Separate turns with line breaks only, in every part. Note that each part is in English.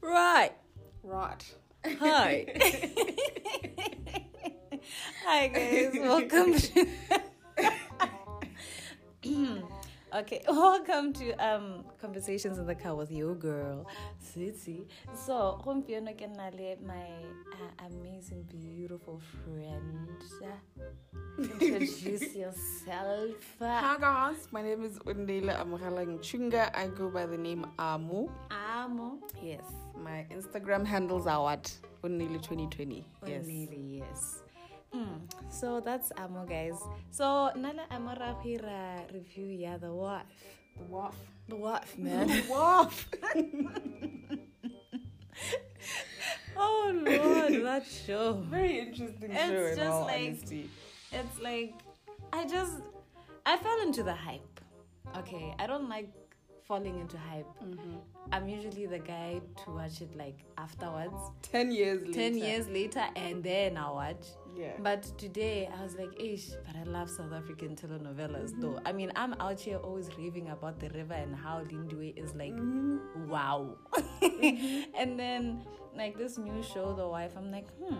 Right.
Right.
Hi. Hi guys. Welcome to Okay, welcome to um Conversations in the Car with your girl, Sitsi. So, gompieno ke na le my uh, amazing beautiful friend. Introduce yourself.
Hi guys, my name is Undela Amurala Nchunga. I go by the name Amu.
Amo.
Yes. My Instagram handles are what? Undela2020. Yes.
Really, yes. Mm. So that's Amo, guys. So Nana Amora Hira review, yeah, the wife.
The waff.
The wife,
The waff.
oh Lord, that show.
Very interesting
It's
show in
just
all
like-
honesty.
It's like I just I fell into the hype. Okay, I don't like falling into hype.
Mm-hmm.
I'm usually the guy to watch it like afterwards.
10 years later.
Ten years later, and then I watch.
Yeah.
But today I was like, ish, but I love South African telenovelas
Mm-hmm.
though. I mean, I'm out here always raving about the river and how Lindwe is like,
Mm-hmm.
wow. and then, like, this new show, The Wife, I'm like, hmm,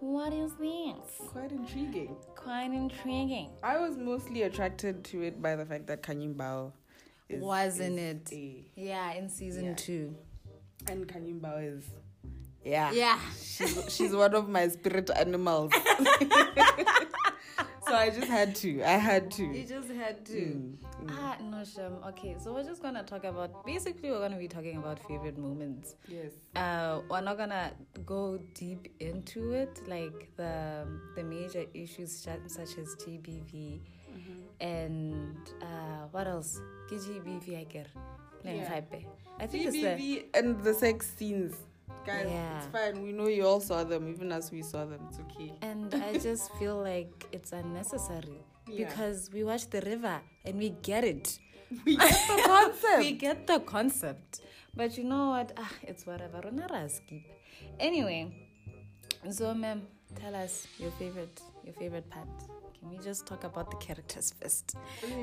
what is this?
Quite intriguing.
Quite intriguing.
I was mostly attracted to it by the fact that Kanyimbao is.
Wasn't
is
it?
a-
Yeah, in season
Yeah.
two.
and Kanyimbao is. Yeah.
Yeah.
she's, she's one of my spirit animals. so I just had to. I had
You
to.
just had to.
Mm.
Ah, no, Shem. Okay, so we're just gonna talk about basically, we're gonna be talking about favorite moments.
Yes.
uh, we're not gonna go deep into it, like the the major issues sha- such as GBV and uh, what else? GBV, I get.
Yeah.
I think it's the
TBV and the sex scenes. Guys,
Yeah.
it's fine. We know you all saw them, even as we saw them. It's okay.
and I just feel like it's unnecessary
Yeah.
because we watch the river and we get it.
We get the
we
concept.
get the concept. But you know what? Ah, it's whatever. Rona ra skip. Anyway, so ma'am, tell us your favorite your favorite part. Can we just talk about the characters first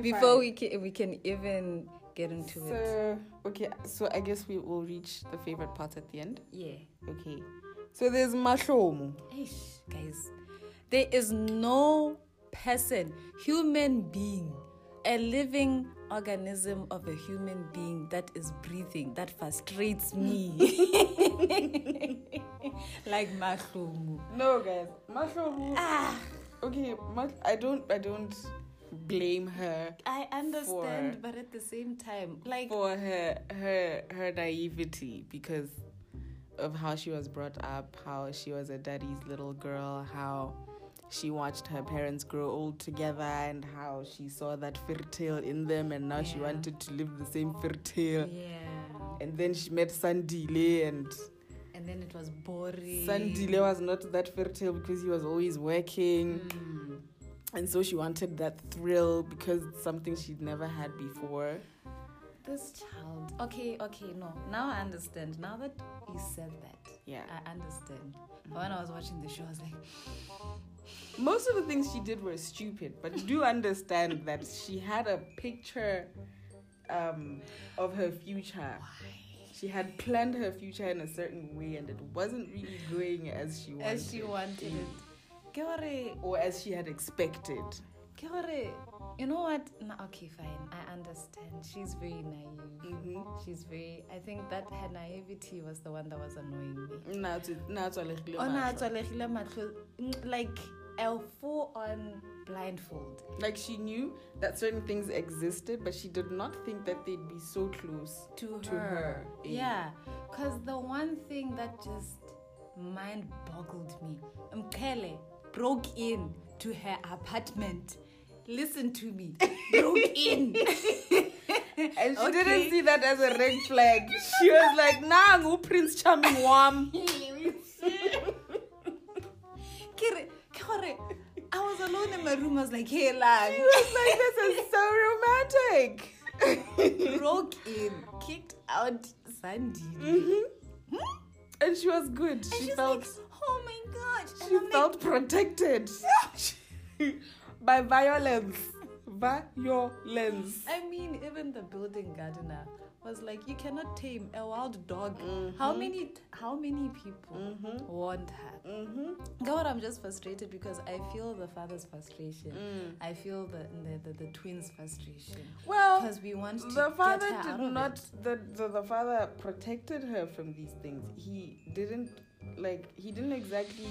before we can we can even get into it?
So, okay, so I guess we will reach the favorite part at the end.
Yeah.
Okay. So there's Mashomu.
Eish, guys, there is no person, human being, a living organism of a human being that is breathing that frustrates me. like Mahlumu.
No, guys, Mashomu.
Ah.
Okay, Mash- I don't, I don't blame her
I understand,
For-
but at the same time, like,
for her her her naivety because of how she was brought up, how she was a daddy's little girl, how she watched her parents grow old together, and how she saw that fairy tale in them, and now she
Yeah.
wanted to live the same fairy tale.
yeah.
And then she met Sandile, and
And then it was boring.
Sandile was not that fairy tale because he was always working.
Mm.
And so she wanted that thrill because it's something she'd never had before.
This child. Okay, okay, no. Now I understand. Now that you said that,
Yeah.
I understand. But when I was watching the show, I was like,
Most of the things she did were stupid, but you do understand that she had a picture um, of her future. She had planned her future in a certain way, and it wasn't really going as she wanted,
as she wanted it. Ke hore-
or as she had expected.
ke hore, You know what? No, okay, fine. I understand. She's very naive.
Mm-hmm.
She's very. I think that her naivety was the one that was annoying me. Ona a
Like
tswalegile matlho, mm, like a full on blindfold.
she knew that certain things existed, but she did not think that they'd be so close.
to
To
her. eh.
her,
Yeah, because the one thing that just mind boggled me, Mkele broke in to her apartment. Listen to me, broke in.
And she
Okay.
didn't see that as a red flag. She was like, nah, who Prince Charming Wam.
Kere- ke gore, I was alone in my room. I was like, hey, lang.
She was like, this is so romantic.
broke in, kicked out Sandy.
And she was good.
And
she
she's
felt
like, oh my gosh. And
she
I'm like,
felt protected by violence. Violence.
I mean, even the building gardener was like, you cannot tame a wild dog. How
Mm-hmm.
many how many people warned her? Go what I'm just frustrated because I feel the father's frustration.
Mm.
I feel the the, the, the twins' frustration.
Well,
Because we want to
the father
get her out
did
of
not.
it.
The, the the father protected her from these things. He didn't like. He didn't exactly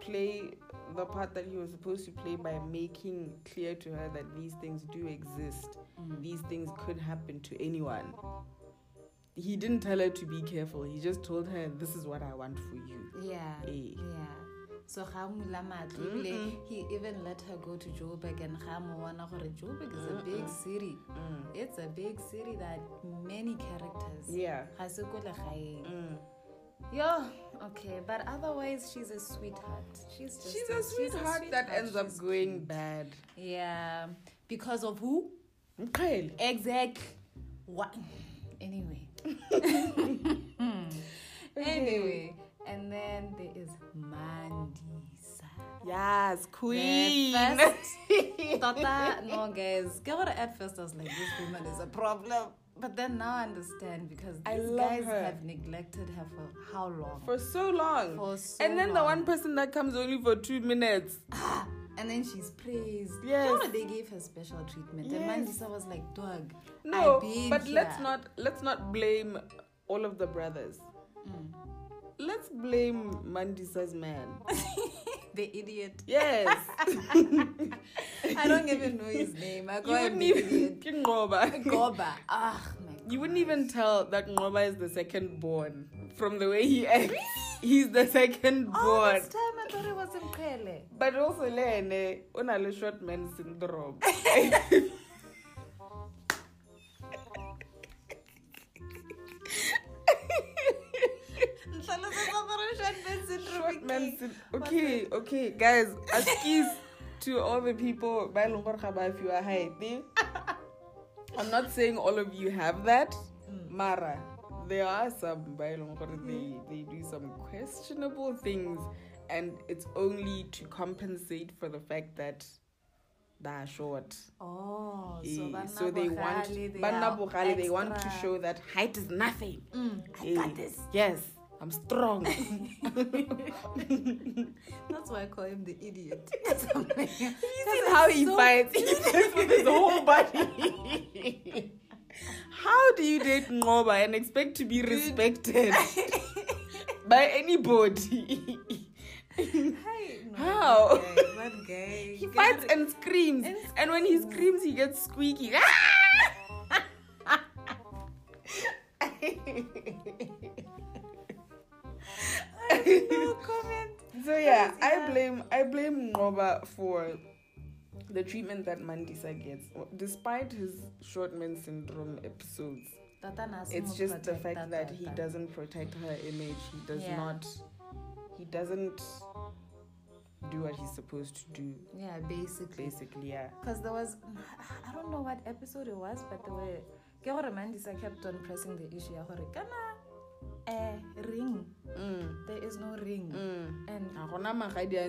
play the part that he was supposed to play by making clear to her that these things do exist.
Mm.
These things could happen to anyone. He didn't tell her to be careful. He just told her, "This is what I want for you."
Yeah.
Eh.
Yeah. So Hamula Matli, he even let her go to Joburg and Hamuana Joburg is a big city.
Mm.
It's a big city that many characters.
Yeah.
ga se ko legaeng.
Mm.
Yo, okay, but otherwise she's a sweetheart. She's just
She's a sweetheart that ends up
She's
going
cute.
bad.
Yeah, because of who?
Mqhele.
Exact. What? Anyway. anyway, and then there is Mandisa.
Yes, queen.
The first, Tota, no, guys. Get what I- at first I was like, this woman is a problem. But then now I understand because these
I love
guys
her.
have neglected her for how long?
for so long.
For so
and then the
long.
one person that comes only for two minutes.
Ah, and then she's praised.
Yes.
You know, they gave her special treatment. And
Yes.
Mandisa was like, dog.
No,
I've been
but let's
here."
not let's not blame all of the brothers.
Mm.
Let's blame Mandisa's man.
The idiot.
Yes,
I don't even know his name. I
you
call him
wouldn't
the
even
idiot.
Ngoba.
Goba. Ah, my God.
You wouldn't even tell that Ngoba is the second born from the way he acts. He's the second
All
born.
this time I thought it was Mkele.
But also le ene o na le short man syndrome. short man syndrome. Okay, okay, guys, excuse to all the people e by if you are high. I'm not saying all of you have that.
Hmm.
Mara, there are some by they
Hmm.
they do some questionable things and it's only to compensate for the fact that they are short.
Oh,
Eh,
so,
so they want Banna Bogale, they want to show that height is nothing.
Mm, I
Eh,
got this.
Yes, I'm strong.
That's why I call him the idiot. That's amazing.
You've seen how he fights. He fights with his whole body. how do you date Ngoba and expect to be respected by anybody?
Hey, no,
How?
that guy, that guy.
he fights and screams,
And
and when he screams, he gets squeaky.
no comment.
So yeah,
Guys,
I
yeah.
blame I blame Ngoba for the treatment that Mandisa gets, despite his short man syndrome episodes. It's just the fact that he doesn't protect her image. He does
Yeah.
not. He doesn't do what he's supposed to do.
Yeah, basically.
Basically, yeah.
Because there was, I don't know what episode it was, but there were. Ke gore Mandisa kept on pressing the issue ya gore kana a ring.
Mm.
There is no ring.
Mm.
And
Ga gona magadi a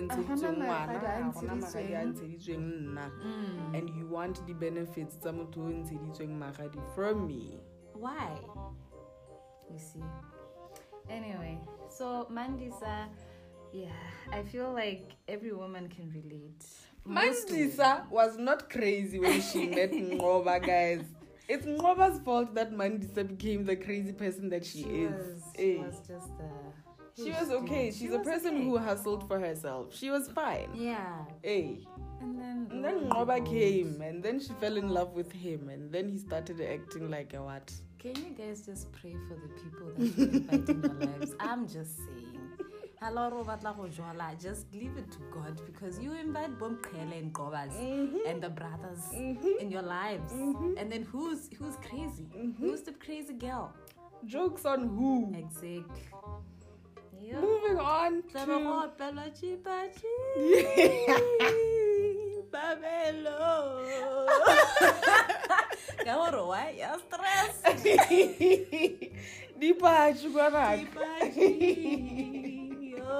magadi
ntsheditsweng ngwana,
a
ga gona magadi a
ntsheditsweng.
ntsheditsweng nna.
Mm.
and you want the benefits tsa motho o ntsheditsweng magadi from me
why? You see. Anyway, so Mandisa, yeah, I feel like every woman can relate. Most women.
mandisa was not crazy when she met ngoba guys it's ngoba's fault that mandisa became the crazy person that she, is
was,
Eh.
she was just the.
She was okay she's
Hmm. She
a
was
person
okay. Hmm.
who hustled for herself she was fine
Yeah,
hey
and then
and then
lo
ngoba
and behold.
came and then she fell in love with him and then he started acting like a what
Can you guys just pray for the people that you invite in your lives? I'm just saying. Hello, Robert Lagojola. Just leave it to God because you invite Bomkele and Gobas and the brothers in your lives. And then who's who's crazy? Who's the crazy girl?
jokes on who
Exactly. Yeah.
moving on
Tla ba
to
go opelwa tšipatši.
babelo
Ka gore why? You're stressed.
dipatši kwanaka
Tšipatši. Yo,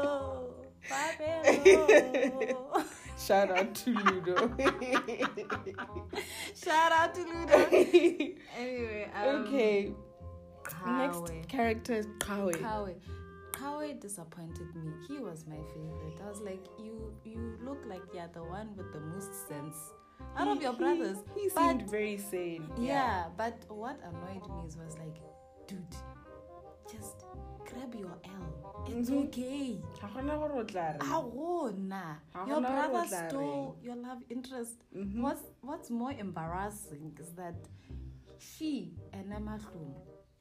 babelo.
Shout out to Ludo.
Shout out to Ludo. Anyway, um,
okay.
Kawe.
Next character is Kawe.
Kawe. Kawe disappointed me. He was my favorite. I was like, you you look like you're the one with the most sense out of your
He-
brothers.
He, he
but
seemed very sane.
yeah. but what annoyed me is was like, dude, just grab your L. It's
Mhm.
okay.
Ga gona gore o tla reng.
Ahona.
Ahona
Your
hore o
brother
tla
stole your love interest.
Mhm.
What's what's more embarrassing is that she and Amahlum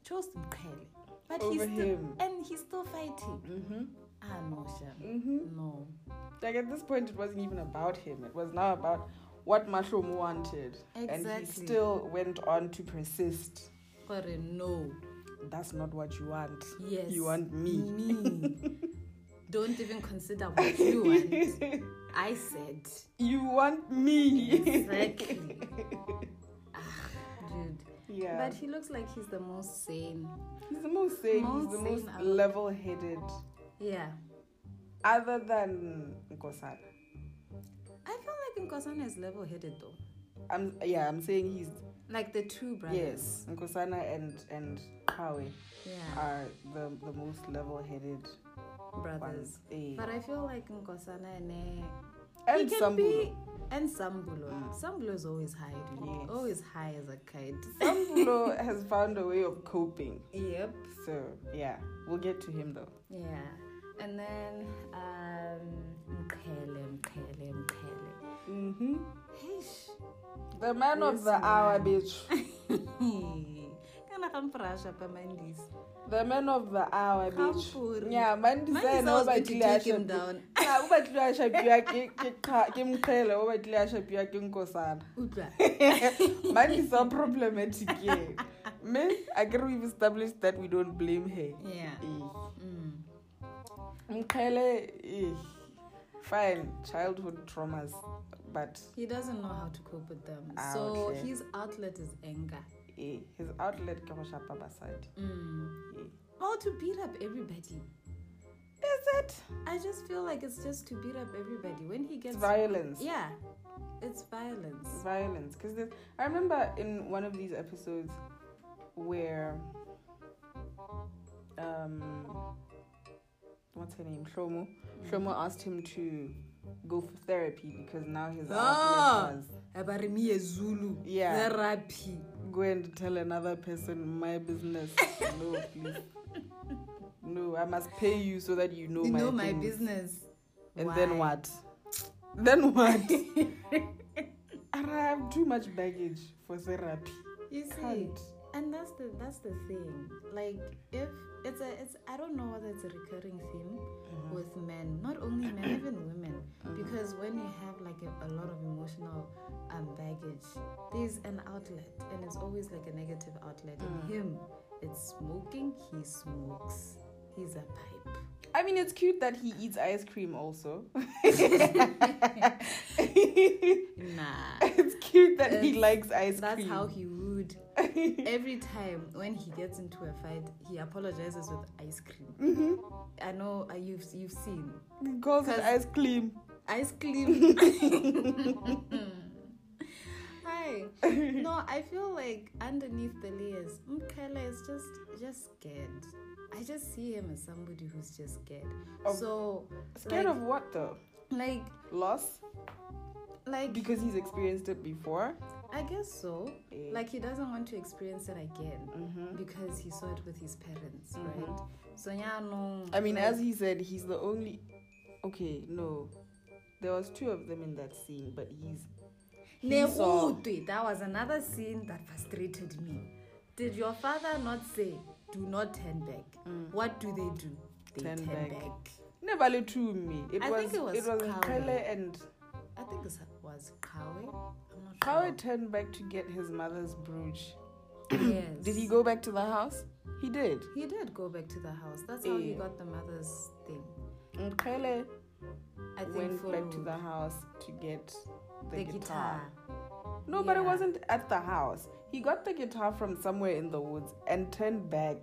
chose Mkhele. But he's
Over
still
him.
and he's still fighting.
Mhm.
Ah no, Shami.
Mhm.
No.
Like at this point, it wasn't even about him. It was now about what Mahlomo wanted, and he
Exactly.
still went on to persist.
Gore no.
That's not what you want.
Yes. Mm.
You want me.
Me. Don't even consider what you want. I said.
You want me.
Exactly. ah, dude.
yeah.
But he looks like he's the most sane.
he's the most sane.
most
he's the
sane
most
out-
level-headed,
Yeah.
other than Nkosana.
I feel like Nkosana is level headed though.
I'm yeah. I'm saying he's
Like the two brothers.
yes. Nkosana and and Kawe
Yeah.
are the the most level-headed
brothers.
ones. Eh.
But I feel like Nkosana and eh,
And
he can
Sambulo.
be and Sambulo.
Mm.
Sambulo is always high, dude.
Yes.
Always high as a kite.
Sambulo has found a way of coping.
Yep.
So yeah, we'll get to him though.
Yeah. And then um Mkele, Mkele, Mkele.
Mm-hmm.
Heish.
The man of
Yes,
the hour,
man.
bitch.
Kana kamfurasha pamandisi.
The man of the hour, bitch.
Kampuri.
Yeah, man
Mandisi
design
was
over
meant to take him
Tiliasha.
down.
Yeah, over Tiliasha Pia Kim Kale, over Tiliasha Pia Kim Kosan.
Utlwa.
Man is so problematic. Yeah. Me, I can we've established that we don't blame her.
Yeah.
Eh.
Mm.
Mkele, eh. fine, childhood traumas, but
He doesn't know how to cope with them.
Ah,
so
okay.
his outlet is anger.
eh, his outlet ke go shapa basadi.
Mm.
Eh.
Or to beat up everybody.
Is it?
I just feel like it's just to beat up everybody. When he
It's
gets
violence.
Yeah. It's violence.
violence because i remember in one of these episodes where um what's her name shlomo shlomo asked him to go for therapy because now his
Ah.
outlet was
Abarimi Zulu.
Yeah.
Therapy.
go and tell another person my business no please no i must pay you so that you know
you
my
know my
things.
business.
and then
Why?
what then what And i have too much baggage for therapy
You see.
can't
And that's the that's the thing. Like if it's a it's I don't know whether it's a recurring theme with men, not only men, even women. Because when you have like a, a lot of emotional um, baggage, there's an outlet, and it's always like a negative outlet. In
Mm.
him, it's smoking. He smokes. He's a pipe.
I mean, it's cute that he eats ice cream also.
Nah.
It's cute that he
It's-
likes ice
That's
cream.
how he would. Every time when he gets into a fight, he apologizes with ice cream. I know uh, you've you've seen
Mm-hmm. he calls it
'Cause-
ice cream.
ice cream. Hi. No, I feel like underneath the layers, Mkhala is just just scared. I just see him as somebody who's just scared.
Of-
so
Scared
like,
of what though?
like
Loss?
like
Because he's experienced it before.
I guess so.
Eh.
Like he doesn't want to experience it again
Mhm.
because he saw it with his parents,
Mhm.
right? So yeah, no.
I mean,
like,
as he said, he's the only. Okay, no. There was two of them in that scene, but he's. he saw-
Nehutwe, that was another scene that frustrated me. Did your father not say, do not turn back? What do they do? They
Mm. Turn
turn,
back.
back.
Never let to me. It
I
was.
think it was Kawe.
Mkhele and
I think it was Kawe. I'm not
Kawe turned back to get his mother's brooch.
sure. yes.
Did he go back to the house? He did.
He did go back to the house. That's how he
Eh.
got the mother's thing.
And Kale
I think
went
for
back to the house to get the,
the
guitar.
guitar.
No, but it
Yeah.
wasn't at the house. He got the guitar from somewhere in the woods and turned back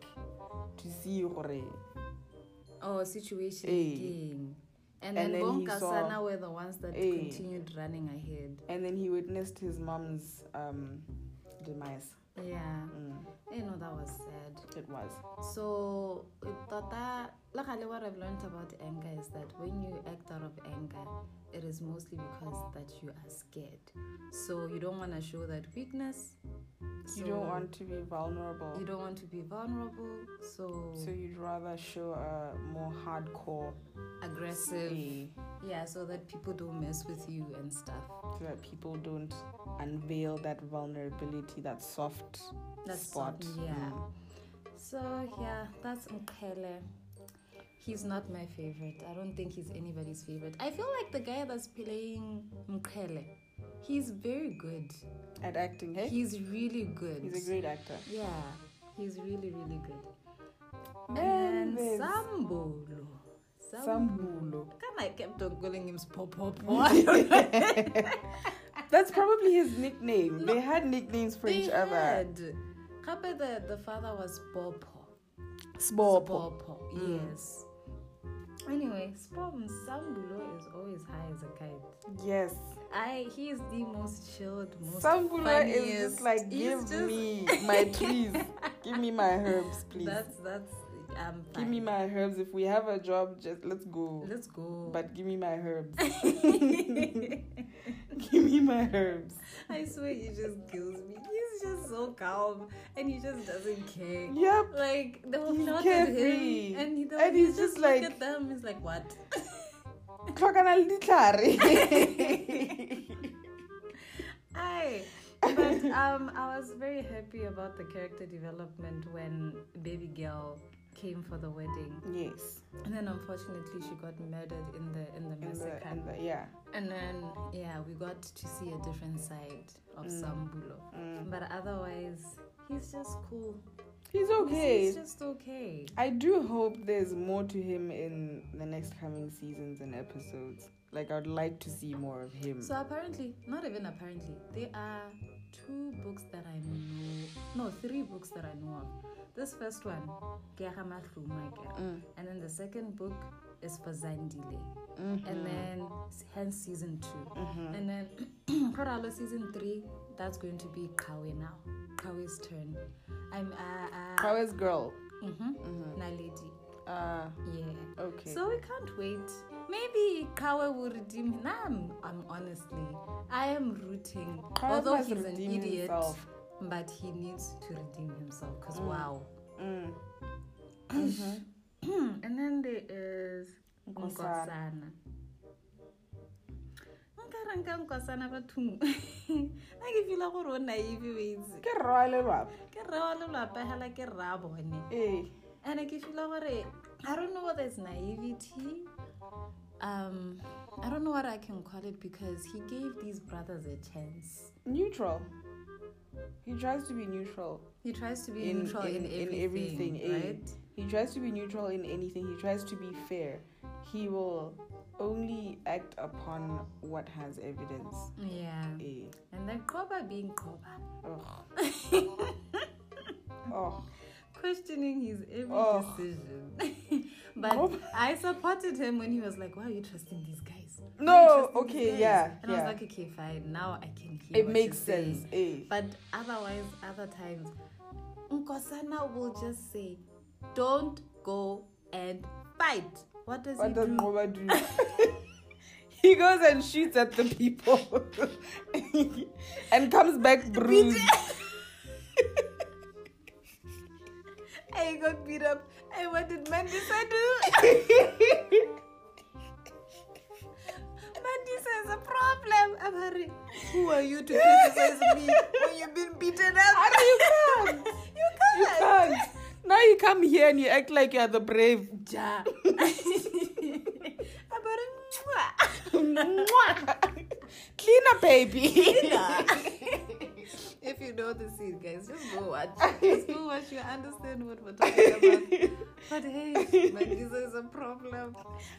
to see Hore.
Oh, situation
Eh.
again. And,
And
then,
then he
Bonkasana
saw-
were the ones that
Eh.
continued running ahead.
and then he witnessed his mom's um, demise.
Yeah.
Mm,
You know, that was sad.
it was.
So, Tata, luckily, what I've learned about anger is that when you act out of anger, it is mostly because that you are scared. So, you don't want to show that weakness.
You
So,
don't want to be vulnerable,
You don't want to be vulnerable, so,
so you'd rather show a more hardcore,
aggressive.
eh,
Yeah, so that people don't mess with you and stuff.
so that people don't unveil that vulnerability, that soft
That
spot. Mm.
soft- yeah. So yeah, that's Mkele. He's not my favorite. I don't think he's anybody's favorite. I feel like the guy that's playing Mkele, he's very good.
Mm. At acting, hey,
He's really good.
he's a great actor.
yeah, he's really really good.
And
And
there's-
Sambolo.
Sambulo.
Can I kept on calling him Spopopo? I don't know.
That's probably his nickname.
No.
They had nicknames for each other.
had. Kabe the, the father was Popo.
Spopo.
Spopo,
Mm.
yes. Anyway, Spom Sambulo is always high as a kite.
Yes.
I he is the most chilled, most
Sambula
funniest.
is just like,
He's
give
just-
me my trees. give me my herbs, please.
That's that's I'm fine.
give me my herbs. If we have a job, just let's go.
Let's go.
But give me my herbs. give me my herbs.
I swear he just kills me. He's just so calm and he just doesn't care.
Yep.
Like they were
He's
not
carefree.
him, and, he,
And
he
he's just
look
like-
at them. He's like, what?
Crocodile
Hi. But um, I was very happy about the character development when baby girl came for the wedding,
Yes.
and then unfortunately she got murdered in the in the
In
massacre.
the, in the, yeah.
and then yeah, we got to see a different side of Sambulo.
Mm.
But otherwise, he's just cool.
He's
He's-
okay.
He's just okay.
I do hope there's more to him in the next coming seasons and episodes. Like I'd like to see more of him.
So apparently, not even apparently, there are two books that I know, no, three books that I know of. This first one, Kiahama
Mm.
and then the second book is for Zandile, and then s- hence season 2 and then Koralo season three. That's going to be Kawe now. Kawe's turn. I'm uh, uh
How is girl?
mm-hmm, Naledi.
Uh
Yeah.
okay.
So we can't wait. Maybe Kawe will redeem him. Nah, I'm, I'm honestly, I am rooting.
Kawe
Although
must
he's an
redeem
idiot,
himself.
but he needs to redeem himself. Cause wow.
mm.
and then there is
Nkosana.
Nkosana. nkare nka nkosana bathong a ke fila gore o naive wetse
Ke rwale lwap.
ke rre wa lelapa hela ke rra a bone
Eh.
and I can feel like eh, I don't know whether it's naivety. Um, I don't know what I can call it because he gave these brothers a chance.
Neutral. He tries to be neutral
He tries to be neutral in, everything,
eh.
right?
He tries to be neutral in anything. He tries to be fair. He will only act upon what has evidence.
Yeah.
Eh.
And then Koba being Koba,
Ugh. oh.
questioning his every
Oh.
decision. but
Koba.
I supported him when he was like, "Why are you trusting these guys?" Why
No,
are you trusting
okay,
these guys?"
yeah,
And I
yeah.
was like, "Okay, fine. Now I can hear."
It
what
makes
you're saying."
sense. Eh.
But otherwise, other times, Nkosana will just say, don't go and fight. What does
What
he
does
do?
Ngoba do? he goes and shoots at the people and comes back bruised.
I got beat up. And what did Mandisa do? Mandisa is a problem. I'm hurry. Who are you to criticize me when you've been beaten up?
you can't.
you can't.
You can't. Now you come here and you act like you are the brave.
Ja. About
Clean up, baby.
If you know the scene, guys, just go watch. Just go watch. You understand what we're talking about. But hey, my visa is a problem.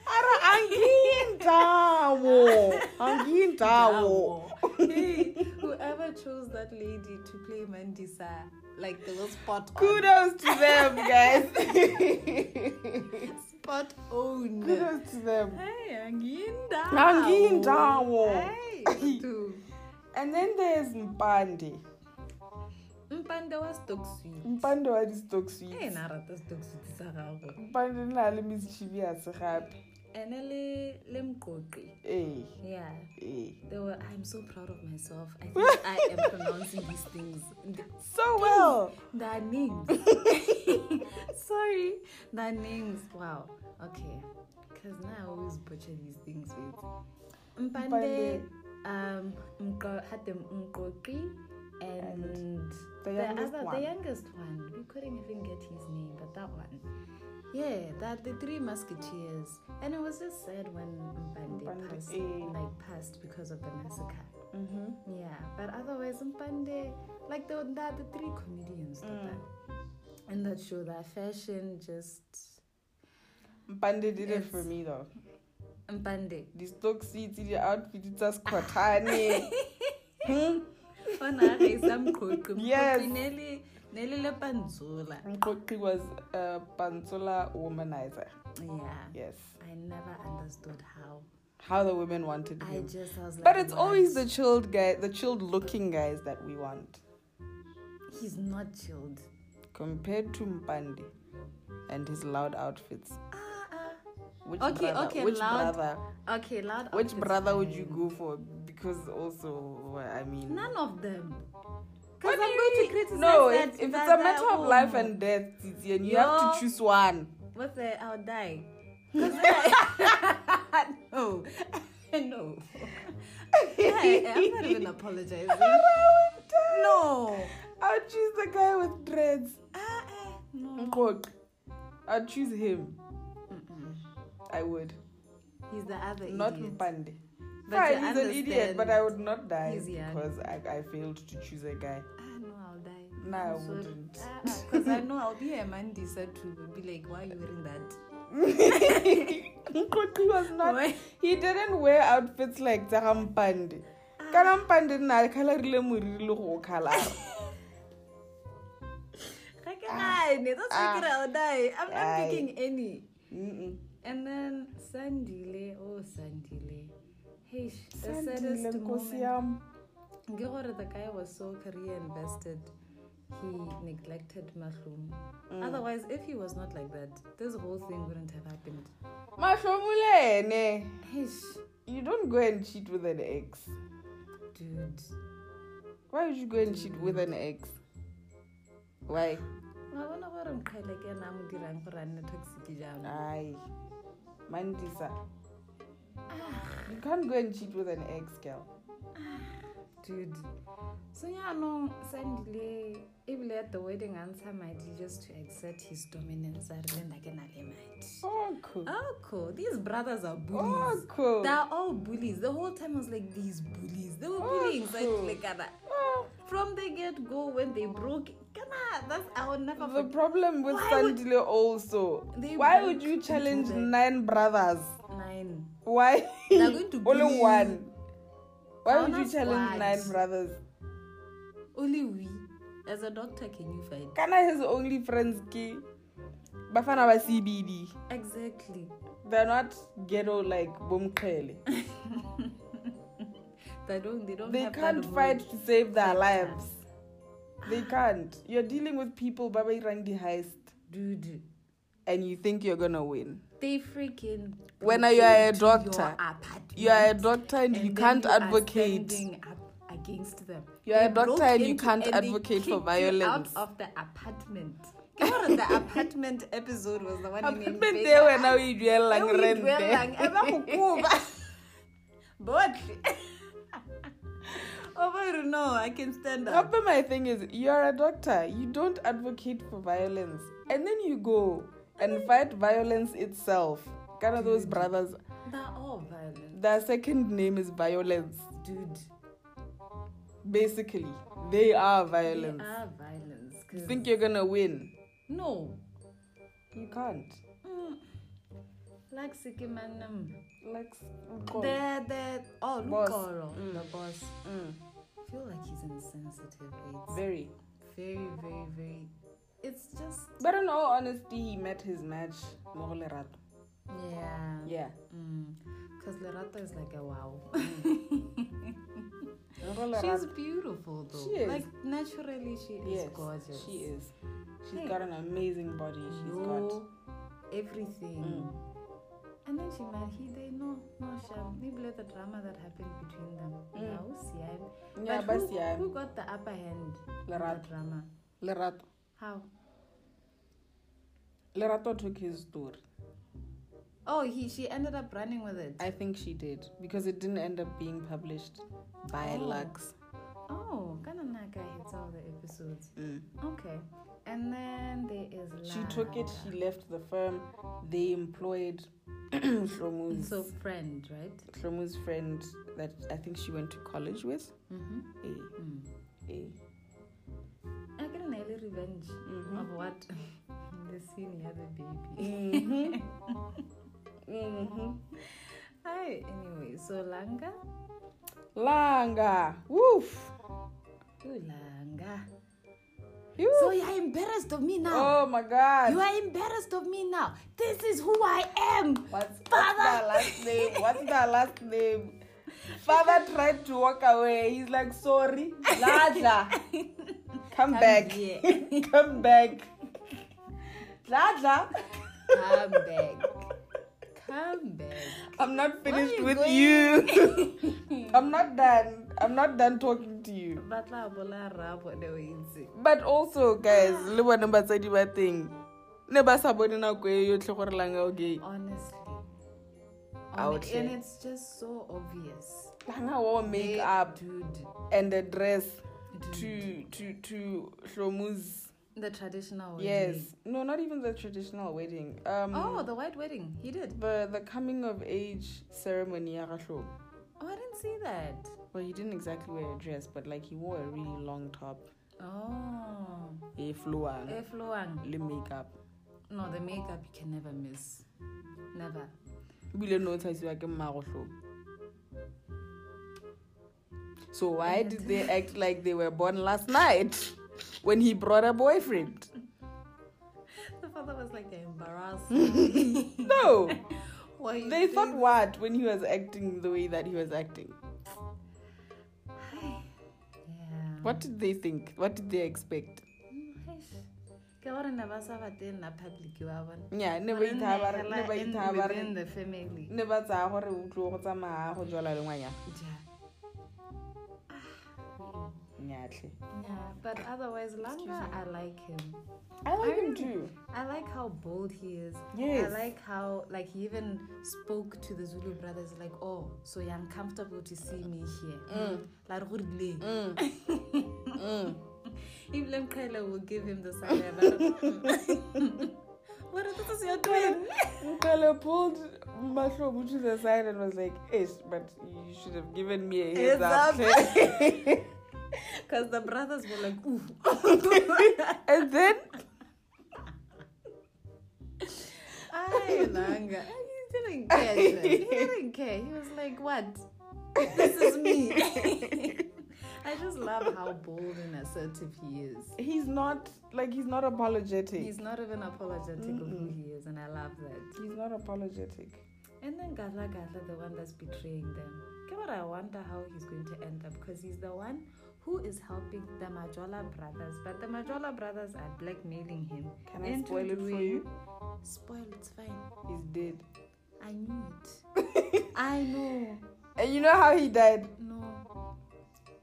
Ara angiyindawo. Angiyindawo.
Hey, whoever chose that lady to play Mandisa, like they were spot on.
Kudos to them, guys.
Spot not own.
Kudos to them.
Hey, angiyindawo.
Angiyindawo.
Hey, dude.
And then there's Mpande.
Mpande was dog sweet.
Mpande wa di-stock
Hey,
sweets.
na rata dog sweet sa gago.
Mpande o na le mischievous gape.
Ene le le mqoqi.
Ee,
Yeah.
ee.
They were, I'm so proud of myself. I think I am pronouncing these things.
So well.
Their names. Sorry. Their names. Wow. Okay. Because now I always butcher these things with Mpande,
Mpande.
um, Mko, had them Mkoki, and
the youngest
other,
one.
The youngest one. We couldn't even get his name, but that one. Yeah, that the three musketeers. And it was just sad when Mpande,
Mpande,
passed,
eh.
like passed because of the massacre.
Mhm.
Yeah, but otherwise, Mpande, like the, the, the three comedians
Mm.
that are in that show, that fashion just.
Mpande did it
It's-
for me though.
Mpande.
Di-stock seats, di-outfit tsa Squatane. Hmm?
Ona re sa mqoqi.
Yes.
Mqoqi Nelly, Nelly le Panzula.
Mqoqi was a Panzola womanizer.
Yeah.
Yes.
I never understood how.
How the women wanted
I
him.
just I was like.
But it's always
"What?
the chilled guy, the chilled looking guys that we want.
He's not chilled.
Compared to Mpande and his loud outfits.
Ah,
Which
Okay,
brother,
okay,
which
loud
brother,
ah. Okay, loud.
which
outfits
brother would you
fine.
go for? Because also, well, I mean,
None of them.
What
Because
do
I'm
you
going to
mean?
criticize
No,
that,
if, if it's
that-
a
that
matter of life
woman.
and death, Titi, and you have
Yo.
to choose one.
What's that? I'll die. 'Cause I- no, no. Hey, I'm not even apologizing. No.
I'll choose the guy with dreads.
Ah, ah, no.
Mkok. I'll choose him. I would.
He's the other
Not
idiot.
Mpande.
But
Fine,
you
he's an idiot, but I would not die
He's young.
because I, I failed to choose a guy.
Ah, no, I'll die.
No, I
I'm sorry.
wouldn't.
Ah, ah, 'cause I know I'll be a Mandisa too. Will be like, why are you wearing that?
Mkok was not.
Why?
He didn't wear outfits like Zara Mpande.
Ah.
Kana Mpande na colorile moriri le go khalara.
I can't. That's
ah,
why I'll die. I'm not
aye.
picking any.
Mm-mm.
And then Sandile, oh Sandile. Hey, the
Sandile,
saddest
nkosi
moment.
yam.
Ngegore, the guy was so career invested, he neglected Mahlum.
Mm.
Otherwise, if he was not like that, this whole thing wouldn't have happened.
Mahlomulene.
Hey,
You don't go and cheat with an ex.
dude.
Why would you go and cheat with an ex? Why?
I wonder what I'm kind of getting. I'm going to run toxic jam.
Aye. Mandisa. You can't go and cheat with an ex, girl.
Dude. So, yeah, no, Sandile, even at the wedding answer, might just to exert his dominance. I remember again, I
Oh, cool.
Oh, cool. These brothers are bullies.
Oh, cool.
They're all bullies. The whole time I was like, these bullies. They were
Oh,
bullying
cool.
Sandile Kana.
Oh,
From the get go, when they broke, Kana, that's, I will never
the
forget.
problem with
Why would-
Sandile also.
They
Why
broke
would you
into
challenge
the-
nine brothers?
Nine.
Why?
They're going to bully
Only
you.
one. Why
Why
would you
not
challenge
one?
nine brothers?
Only we. As a doctor, can you find?
Kana has only friends, ki. Bafana ba CBD.
Exactly.
They're not ghetto like Bomkele.
They don't, they don't
They
have that
can't
word.
fight to save their
Factor.
lives. They can't. You're dealing with people Baba Rangi heist
Dude.
and you think you're gonna win.
They freaking.
When
broke
you are a
into your
doctor,
apartment.
You are a doctor and, you
then
can't
you are
advocate.
standing up against them.
You are a
They
doctor
broke
and you
into-
can't
and they
advocate for
kicked you
violence.
Out of the apartment. You know the apartment episode was the one
Apartment there where now you dwell
Eh,
like
e
rent there.
rent. But over no, I can stand up.
But my thing is, you're a doctor. You don't advocate for violence, and then you go and
Mm-hmm.
fight violence itself. Kind of those brothers.
They're all violent,
Their second name is violence.
oh, dude.
Basically, they are
They
violence.
are violence. 'cause-
You think you're gonna win?
no.
You can't.
Mm. Like Sikimanam.
Like
The the oh
Boss.
Lukoro, the boss.
Mm,
I feel like he's insensitive. It's
very.
very, very, very. It's just
But in all honesty, he met his match. Mogolerato.
Yeah.
Yeah.
Because Lerato is like a wow.
She's
She's beautiful though.
She is.
Like naturally she is
yes,
gorgeous. Hmm.
She is. She's
Hey.
got an amazing body. She's got. Mm.
Yo, everything. And then she married he they no no sham. Maybe let the drama that happened between them.
Mm.
Yeah, we'll see. I-
Yeah,
but
but
who,
yeah,
who got the upper hand in the
Lerato.
drama?
Lerato.
How?
Lerato took his door.
Oh he she ended up running with it.
I think she did because it didn't end up being published by
Oh.
Lux.
Oh, Kananaka hits all the episodes.
Mm.
Okay. And then there is
She took it.
Langa.
She left the firm. They employed Shlomo's,
So friend, right?
Shlomo's friend that I think she went to college with.
Mm-hmm.
Eh,
Mm.
eh.
I got an early revenge
Mhm.
of what the scene had the baby.
Mhm. Mhm.
Hi. Anyway, so Langa,
Langa. Woof.
ooh Langa.
Whew.
So you are embarrassed of me now.
Oh my God.
You are embarrassed of me now. This is who I am.
What's, what's
Father.
their last name? What's their last name? Father tried to walk away. He's like, sorry, Ladla, come back,
here.
come back, Ladla.
Come back. Come back.
I'm not
Where are
finished
you
with
going?
you. I'm not done. I'm not done talking to you.
Ba tla bola rraabo le o itse.
But also, guys, le bone batsadi ba teng ne ba sa bone nako e yotlhe gore langa o gay
Honestly.
Out
Hon- and
here.
it's just so obvious.
langa wore makeup
Dude.
and a dress
dude.
to to to Shlomo's
The traditional wedding.
Yes. No, not even the traditional wedding. Um
Oh, the white wedding. He did.
the the coming of age ceremony Yagasho.
Oh, I didn't see that.
Well he didn't exactly wear a dress, but like he wore a really long top,
Oh.
a flower,
Efloang.
le makeup.
No, the makeup you can never miss. Never.
Bile no tsaisiwa ke mmagohlo. So why did they act like they were born last night when he brought a boyfriend?
The father was like embarrassed.
No.
Why you
They
doing
thought what when he was acting the way that he was acting?
that? Yeah.
What did they think? What did they expect?
Eish. Ke gore ne ba sa batle nna public wa bona.
Yeah, never
Gore
eat
ne
habar,
hela
never
in-
eat habar.
within the family.
ne ba tsaya gore o tlo go tsamaya go jwala lengwanyana
Yeah.
nyatlhe
Yeah, but otherwise, Langa, I like him.
i like him
Mm.
too
I like how bold he is.
Yes.
I like how like he even spoke to the Zulu brothers like, oh, so you're uncomfortable to see me here. Like mm.
mm. mm.
Even Kyla will give him the side. what is this you're doing?
Mkhala pulled Mahlobo to the side and was like, Ish, but you should have given me a
Heads
heads up.
Because the brothers were like, ooh.
and then
Ay, Langa. He didn't care. Shem. He didn't care. He was like, what? This is me. I just love how bold and assertive he is.
he's not like he's not apologetic. He's,
He's not even apologetic of who he is, and I love that.
not apologetic.
And then Gazla Gazla, the one that's betraying them. Okay, but I wonder how he's going to end up because he's the one who is helping the Majola brothers, but the Majola brothers are blackmailing him.
Can I
into
spoil it for
doing-
you?
Spoil, it's fine.
He's dead.
I knew it. I know.
And you know how he died?
No.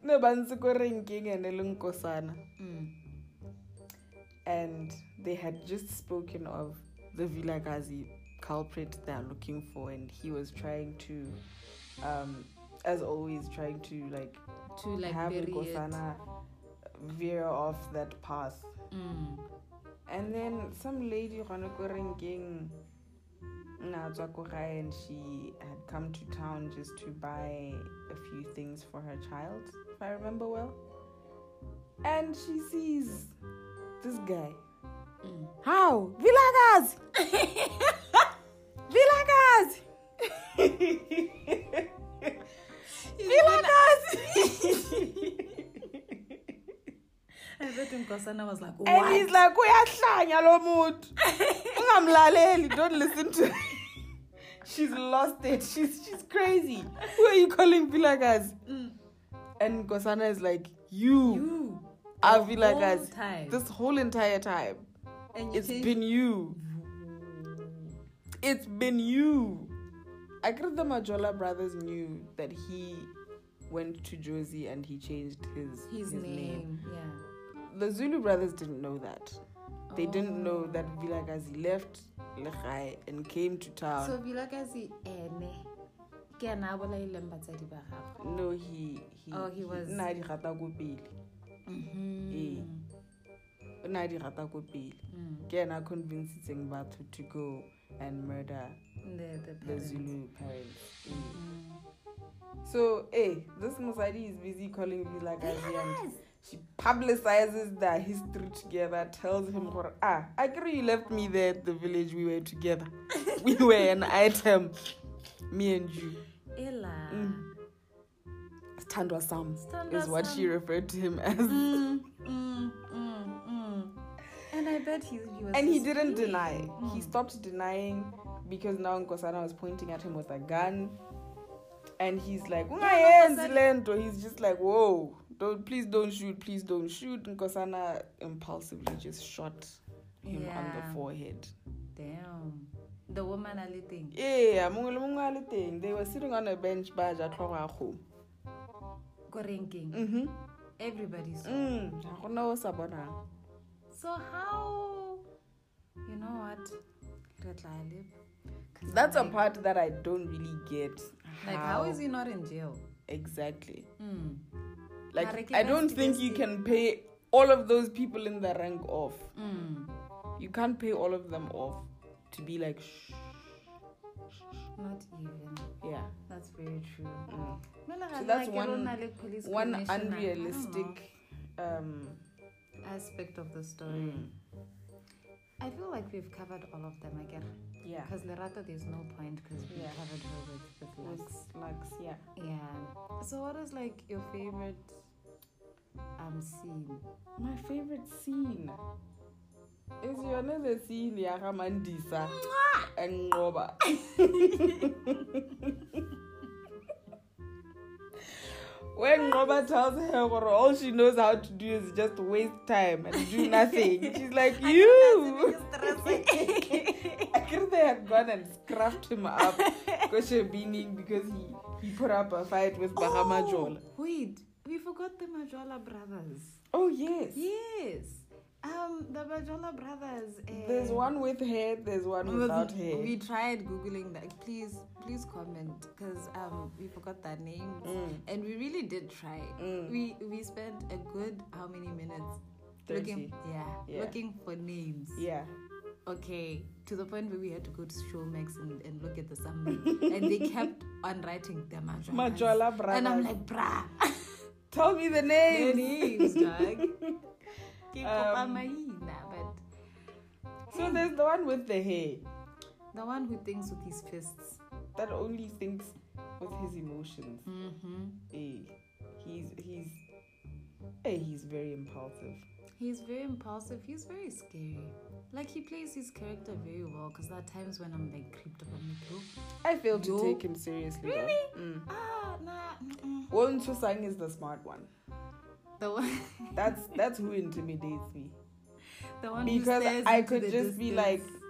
Ne ba ntse ko renkeng ene le Nkosana.
Mm.
and they had just spoken of the Vilagazi culprit they're looking for, and he was trying to, um, as always, trying to like,
To like
Mm, have
bury
Nkosana veer off that path.
it. Mm.
And then some lady Ranokorenking and she had come to town just to buy a few things for her child, if I remember well. And she sees this guy.
Mm.
How? Villagers! Villagers! Villagers!
I bet Nkosana was like,
and he's
what?
like uyahlanya lo muntu ungamlaleli don't listen to She's lost it. She's she's crazy. Who are you calling Vilagas? And Gosana is like, you,
Mm. You.
are
the whole
Vilagas.
time.
This whole entire time.
and you
It's
think-
been you. It's been you. I guess the Majola brothers knew that he went to Josie and he changed his
his, name.
The Zulu brothers didn't know that.
Yeah.
They didn't
Oh.
know that Vilagazi left Lekhai and came to town.
So Vilakazi ene ke ana a bolaileng batsadi ba gagwe.
no, he he.
Oh, he was-
Nah, di rata ko pele. Mm-hmm.
Mhm.
Nah, di rata ko pele.
Mm.
Ke ena a convincing batho to go and murder
The the
the
parents.
Zulu parents. Eh.
Mm.
So, eh, this Musadi is busy calling Vilagazi and
Yes.
she publicizes their history together. Tells him, "Gore, ah, I agree. You left me there at the village. We were together. we were an item. Me and you."
Ela.
Mm. Standwa Sam
Standwa
is what she
Sam.
referred to him as.
Mm, mm, mm, mm. And I bet he, he was.
And he
just
didn't
fuming.
deny. He
Mm.
stopped denying because now Nkosana was pointing at him with a gun. And he's like, my
Yeah,
hands,
Nkosana-
Lento. He's just like, whoa, don't, please don't shoot, please don't shoot. Nkosana impulsively just shot him on the
Yeah.
forehead.
Damn. The woman ali thing.
Yeah, mongwe le mongwe a le teng. They were sitting on a bench by Jatlora home.
Korenking.
Mm-hmm.
Everybody saw.
Mm. ga gona o sa bonang.
So how? You know what? Re tla leba. 'Cause
That's a
like-
part that I don't really get.
Like how is he not in jail?
Exactly.
Mm.
Like
Mareki
I don't
Vesti
think you
Vesti.
can pay all of those people in the rank off.
Mm.
You can't pay all of them off to be like, shh,
Not even.
yeah.
That's very true.
Mm.
Mela ga
So
le
that's
ga ke
one-
lona le police
One
commissioner, I don't
unrealistic. Um,
know, aspect of the story.
mm.
I feel like we've covered all of them again.
Yeah.
Because Lerata, there's no point because we
Yeah.
covered her with with
With
looks.
slugs, yeah.
Yeah. So what is like your favorite um scene?
My favorite scene is you know the scene ya Ramandisa and Ngoba. When Ngoba tells her "Gore, all she knows how to do is just waste time and do nothing, she's like, You! I think they had gone and scrapped him up, Koshe Beaning, because he, he put up a fight with Bahama
Oh,
Jola.
Wait, we forgot the Majola brothers.
Oh, yes.
Yes. Um the Majola brothers eh,
There's one with hair, there's one without
we,
hair.
we tried googling that. Please please comment because um we forgot their names.
Mm.
And we really did try.
Mm.
We we spent a good how many minutes looking yeah,
Yeah.
looking for names.
Yeah.
Okay, to the point where we had to go to Showmax and, and look at the summary, and they kept on writing the Majola.
Majola brothers.
And I'm like, brah,
Tell me the
their
name.
names, dog. Ke kopa
Um,
maina, but
So there's the one with the hair
the one who thinks with his fists.
that only thinks with his emotions.
Mm-hmm.
Eh. He's he's eh, he's very impulsive.
He's very impulsive. He's very scary. Like he plays his character very well. Cause there are times when I'm like creeped up. I'm like, "Oh,
I fail to
Yo.
take him seriously.
Really?
Though. Mm.
ah, nah. mm-mm."
Won Sang is the smart one.
The one,
That's that's who intimidates me.
the one
Because
who stares
I
into
could
the
just be like,
distance.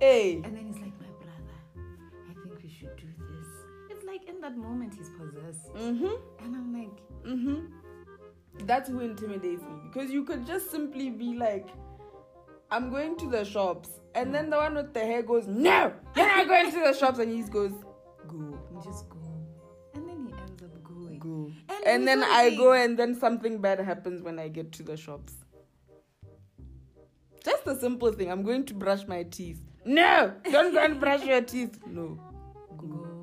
Hey,
And then he's like, my brother, I think we should do this. It's like in that moment he's possessed.
mm-hmm,
And I'm like,
mm-hmm. That's who intimidates me because you could just simply be like, I'm going to the shops, and then the one with the hair goes, No, you're not going to the shops, and he goes, Go,
just go. And then he ends up going.
go.
And
And
he's
then
not
I
big.
go, and then something bad happens when I get to the shops. Just a simple thing. I'm going to brush my teeth. No, don't go and brush your teeth. No.
Go.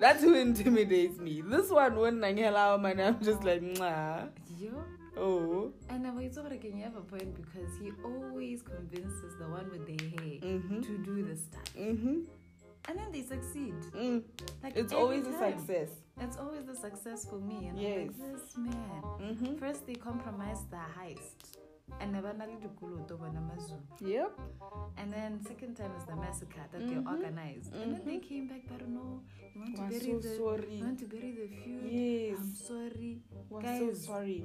That's who intimidates me. This one, when Nangela, man, I'm just like, nah.
Yo.
Oh.
And I was over again, you have a point because he always convinces the one with the hair
Mm-hmm.
to do the stuff.
Mm-hmm.
And then they succeed.
Mm.
Like
It's
every
always a
time.
success.
It's always a success for me. And I'm
Yes.
like, this man.
Mm-hmm.
First, they compromised the heist. and ba na le dikoloto bona mazulu
Yep.
And then second time is the massacre that
Mm-hmm.
they organized. And then they came back, but no, we want to
We're
bury the
Mm-hmm. so
we
sorry.
want to bury the feud.
Yes.
I'm sorry.
We're
Guys,
so sorry.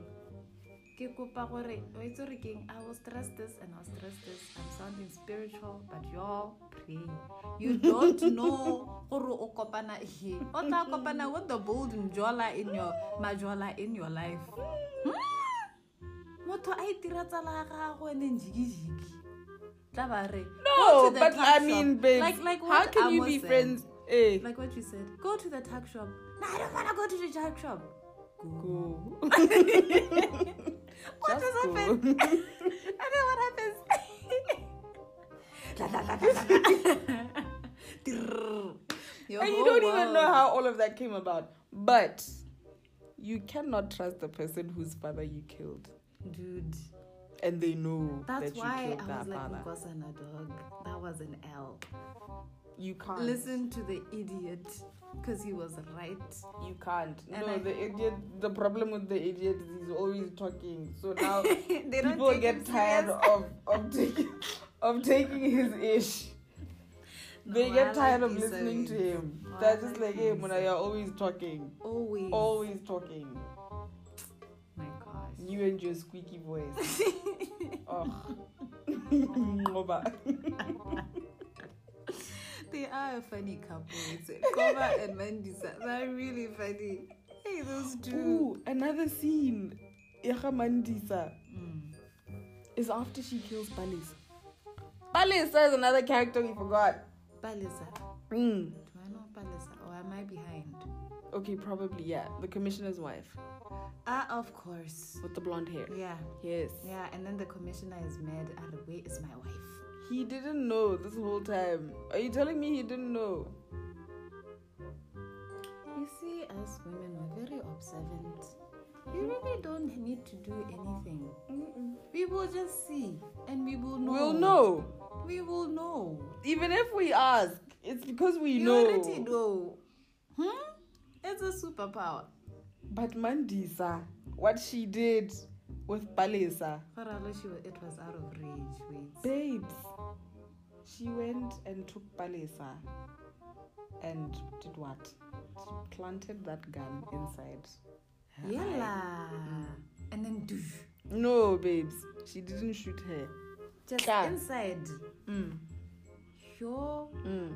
ke kopa gore wa itse gore keng i will stress this and i'll stress this i'm sounding spiritual but you're praying you don't know gore o kopana he o tla kopana with the bold mjola in your majola in your life Hmm? motho a itira tsala ya gago ene njikijiki tla ba re
No,
"Go to the
Oh, but
tuck
I
shop."
mean, babe,
like, like
how
what
can you
Amo
be
said.
friends? Eh,
like what you said go to the tuck shop no i don't want to go to the tuck shop go
go.
what
Just
has
go.
happened? and then what happens? La, la, la, la, la, la. Trrr. Your
and
whole
you don't even know
world.
how all of that came about. But you cannot trust the person whose father you killed,
Dude,
and they know
that's
that you
why
killed
I
their
was like, "Oh,
father.
Mugosana dog. That was an L.
you can't
Listen to the idiot, because he was right.
You can't.
And
no,
I-
the idiot. The problem with the idiot is he's always talking. So now
they don't
people
take him
get tired
serious.
of of taking of taking his ish. They
No, I
get tired
like
of
these
listening to
songs.
him.
No, I
They're just
like
like, hey,
these
Mona, you're always talking,
Always.
always talking.
My gosh.
You and your squeaky voice. oh.
They are a funny couple. It's Koba and Mandisa. They're really funny. Hey, those two.
Ooh, another scene. Yakamandisa
Mm.
is after she kills Balisa. Balisa is another character we forgot.
Palisa.
Mm.
Do I know Palisa? Or am I behind?
Okay, probably, yeah. The commissioner's wife
Ah, of course.
with the blonde hair.
Yeah,
Yes.
yeah. And then the commissioner is mad. And where is my wife?
He didn't know this whole time. Are you telling me he didn't know?
You see, us women, we're very observant. We really don't need to do anything. We will just see, and we will know.
We'll know.
We will know.
Even if we ask, it's because we
You
know.
already know. Hmm? It's a superpower.
But Mandisa, what she did with Balesa,
But she was, it was out of rage. Wait.
babes, she went and took Balesa and did what? She planted that gun inside. her eye.
Yella. And then do
No, babes, she didn't shoot her.
just
Yeah.
inside.
Mm.
Yo.
Mm.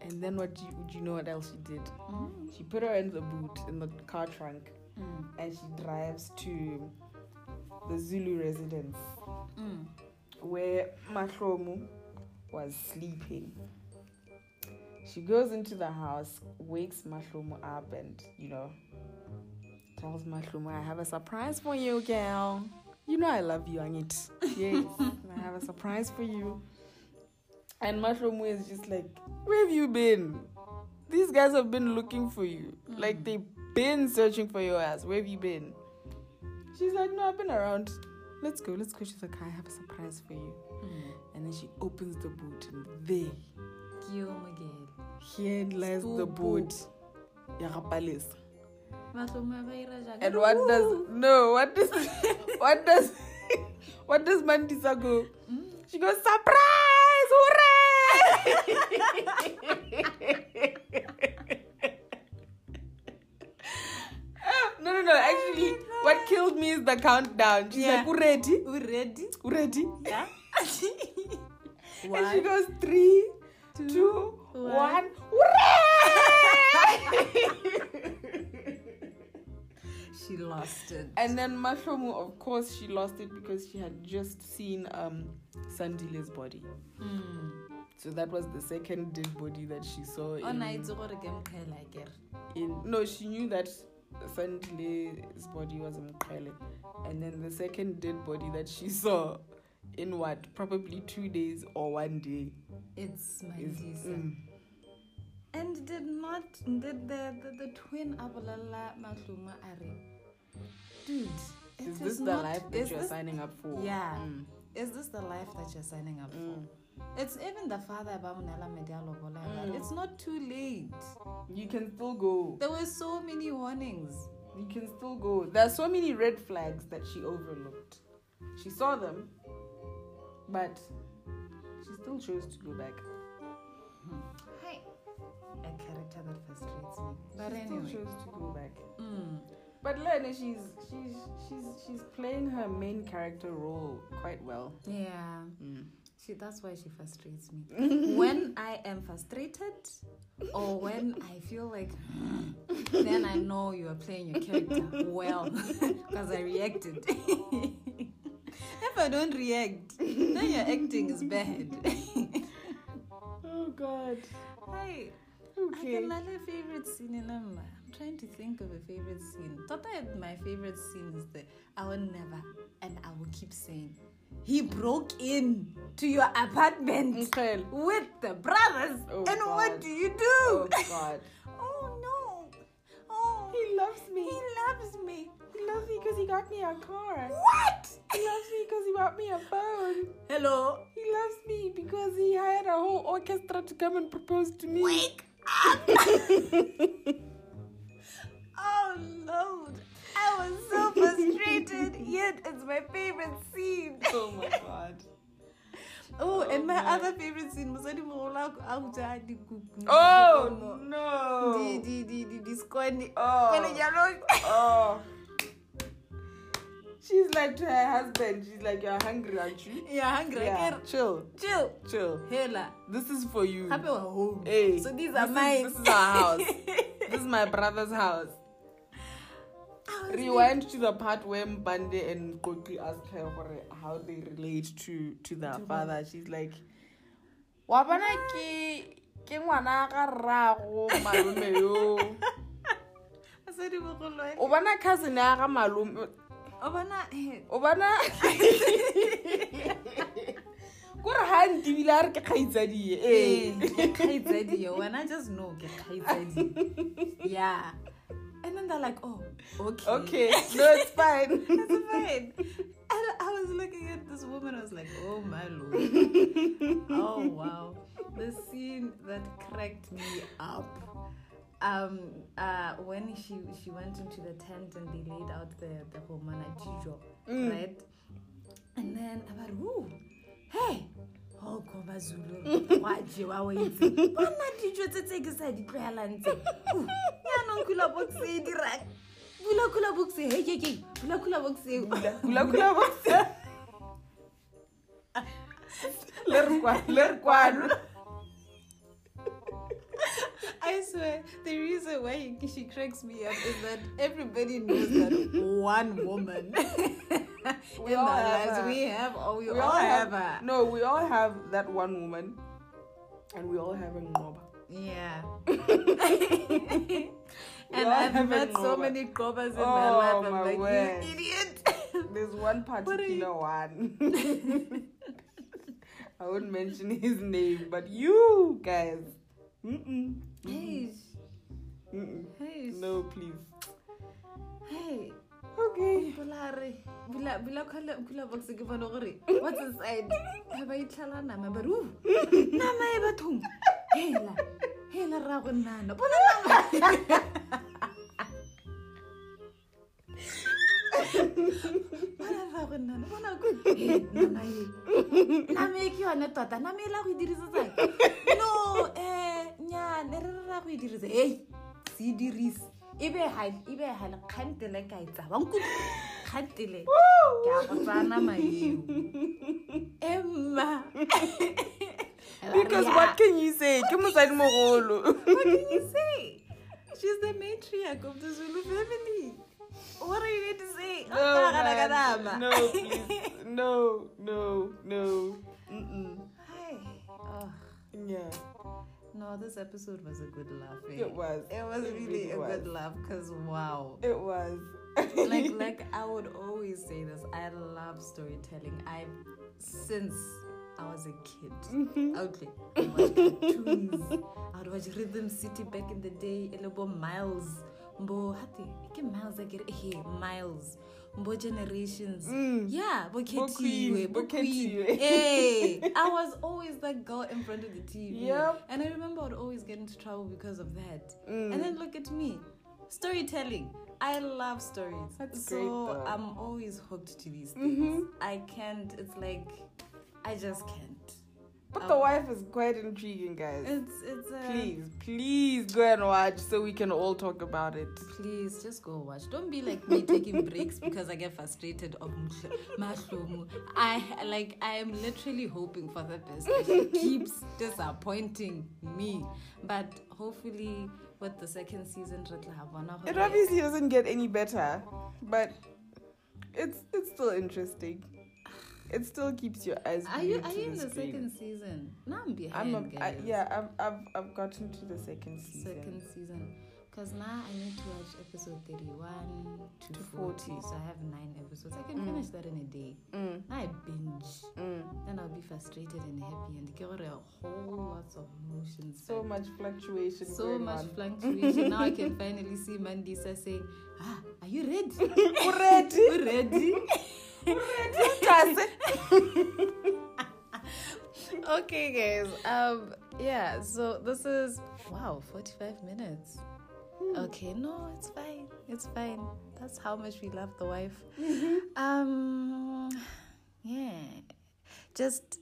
And then what do you, do you know what else she did?
Mm.
She put her in the boot in the car trunk
Mm.
and she drives to the Zulu residence
Mm.
where Mahlomu was sleeping. She goes into the house, wakes Mahlomu up and, you know, tells Mahlomu, I have a surprise for you, girl. You know I love you, Anit. Yes, I have a surprise for you. And Mahlomu is just like, where have you been? These guys have been looking for you. Like, they've been searching for your ass. Where have you been? She's like, no, I've been around. Let's go, let's go. She's like, I have a surprise for you.
Mm.
And then she opens the boot, and there,
Yo, Miguel.
here lies the
Stoop.
boot. Ya rapalesa.
Mahlomo ba ira jaaka-
And what does no? What does what does what does Mandisa go? She goes surprise, hooray! no, no, no. Actually, what killed me is the countdown. She's
Yeah.
like, "Who ready?
We ready?
Who ready?"
Yeah.
And she goes three, two, one,
one.
hooray!
She lost it.
and then Mashomu, of course, she lost it because she had just seen um, Sandile's body.
Mm.
So that was the second dead body that she saw.
Oh,
in,
na itse gore ke mkhaela akere.
in no, she knew that Sandile's body was Mkele. and then the second dead body that she saw in what probably two days or one day
It's
is
Mandisa.
mm,
And did not did the the, the twin Abalala Mahluma Ari. Dude, it
is this the
not-
life that
is
you're
this-
signing up for?
Yeah.
Mm.
Is this the life that you're signing up
Mm.
for? It's even the father Bamunela Medialo
Mm.
It's not too late.
You can still go.
There were so many warnings.
You can still go. There are so many red flags that she overlooked. She saw them, but she still chose to go back.
Hi. A character that frustrates me. But
she
anyway.
still chose to go back.
Mm.
But Lena, she's she's she's she's playing her main character role quite well.
Yeah. She, that's why she frustrates me. when I am frustrated or when I feel like, then I know you are playing your character well because I reacted. if I don't react, then your acting is bad.
Oh God.
Hi. I
Okay.
can love a favorite scene in a ma- I'm trying to think of a favorite scene. Thought that my favorite scene is the I will never and I will keep saying he broke in to your apartment
Mkhwele.
with the brothers.
Oh,
and what
God.
do you do?
Oh God.
Oh, no. Oh
He loves me.
he loves me.
He loves me because he got me a car.
What?
He loves me because he bought me a phone.
Hello.
He loves me because he hired a whole orchestra to come and propose to me.
Wake up. Oh Lord, I was so frustrated, yet it's my favorite scene.
Oh my god.
Oh, and my
my.
other favorite scene was when he was like, "Aku jadi gugu."
Oh
Gugu. Di
no.
di di di di skoni. Kwele
Oh.
nyalo-
oh. She's like to her husband. She's like, you're hungry, aren't you?
Yeah, hungry.
Yeah.
Ker-
Chill,
Chill.
chill.
Hela.
This is for you.
Happy we're home.
Hey,
So these
this
are
is-
mine.
This is our house. this is my brother's house.
I was
Rewind to the part where Mbande and Koki ask her hore how they relate to to their father. She's like, wa bona ke ke ngwana ga rrago malome yo.
like, basadi bogolo, eh.
O bona cousin ya ga malome. Oh.
O bona, eh,
O bona kore ha ntebile a re ke e. kgaitsadie
eh,
ee
ke kgaitsadi yo. Wena just know ke kgaitsadi. Yeah. And then they're like, oh, okay.
okay no it's fine
That's fine. And I was looking at this woman, I was like, oh my lord. oh wow. The scene that cracked me up. Um, uh, when she she went into the tent and they laid out the the Romana Chijo, right? And then about who? Hey, oh Koma Zulu, waje wa wetse. Bona dijo tse tse ke sa di tlwaelang tse. Uh, Yaanong kula box e dirang. Bula kula box e, hey hey hey. Bula kula box e.
Kula- kula box. le re kwa- le re kwano
I swear, the reason why he- she cracks me up is that everybody knows that one woman
We
in
all
the
have
lives
her.
we have, or we, all have, her.
no we all have that one woman and we all have a nqoba
Yeah.
We
and
all
I've
have a
met so
Ngoba.
many cobras in my
Oh,
life. I'm
my
like,
word.
you idiot.
there's one particular one i won't mention his name but you guys Mm-mm.
hey,
Mm-mm.
hey,
no please
hey.
okay
Bulare, bula bula khala kula box ke bona gore what's inside ha ba itlhala nama ba ru nama e bathong hela hela ra go nana bona nama bona ra go nana bona go He, nama e nama e ke yone tota nama e la go e dirisetsa eng? no eh nya ne re ra go e dirisa hey se e dirise ebe ha ebe ha le khantele e ka e etsa ba nku khantele ke a go tsaya nama eo emma
because what can you say ke mosadi mogolo
what can you say? She's the matriarch of the Zulu family. What are you going to say?
No,
Akarakarama.
man. no, please. no, no, no. Mm-mm.
Hi. Oh,
Yeah,
no, this episode was a good laugh. eh?
it was.
It was
It
really
really
a good
was.
laugh because wow.
It was.
like like I would always say this. I love storytelling. I since I was a kid.
Mm-hmm.
Okay. I watch cartoons. I would watch Rhythm City back in the day. Elbow Miles. Mbo hati. Ike Miles I get here. Miles. Mbo generations.
Mm,
Yeah. Bo Ketiwe.
Queen, Bo
Bo Queen.
Ketiwe.
Hey. I was always that girl in front of the TV.
Yep. mm.
And I remember I'd always get into trouble because of that. And then look at me. storytelling. I love stories.
That's
so
great, though. Mm-hmm.
I'm always hooked to these things. I can't. It's like I just can't.
But the wife is quite intriguing, guys.
It's it's a
Please, please go and watch so we can all talk about it.
Please just go watch. Don't be like me taking breaks because I get frustrated of Mhle- Mahlomo. I like I am literally hoping for the best. She keeps disappointing me. But hopefully with the second season re tla bona
It
gore-
obviously doesn't get any better, but it's it's still interesting. It still keeps your eyes.
Are you
glued
are
to
you in the
screen.
second season? Now I'm behind
I'm a, I,
guys.
yeah, I've, I've I've gotten to the second season.
Second season. Because now I need to watch episode 31 to,
To
40.
40.
So I have nine episodes. I can
Mm.
finish that in a day.
Mm,
Now I binge.
mm.
Then I'll be frustrated and happy and get a whole lots of emotions.
So much fluctuation.
so
going
much
on.
fluctuation. now I can finally see Mandisa saying, Ah, are you ready?
Already,
you ready?
Tase.
okay guys. Um yeah, so this is wow, forty five minutes. Okay, no, it's fine. It's fine. That's how much we love the wife. Mm-hmm. Um yeah. Just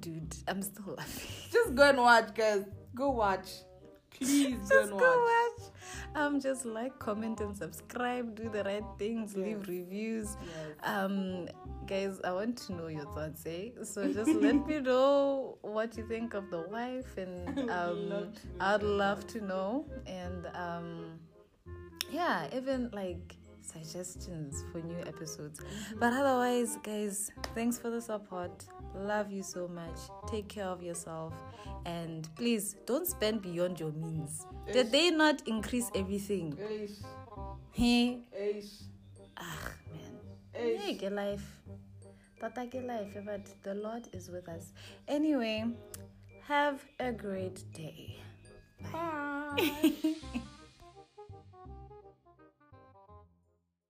dude, I'm still laughing.
Just go and watch, guys. Go watch. Please go
just
and
go
watch.
watch. Um, just like, comment, and subscribe. Do the right things. Leave reviews. Um, guys, I want to know your thoughts. Eh? So just let me know what you think of the wife, and um,
love
I'd love to know. And um, yeah, even like suggestions for new episodes. But otherwise, guys, thanks for the support. Love you so much. Take care of yourself. And please don't spend beyond your means. Did they not increase everything?
Eish,
Hey,
eish,
ah, man.
eish.
Yeah, get life. Tata get life. But the Lord is with us. Anyway, have a great day.
Bye.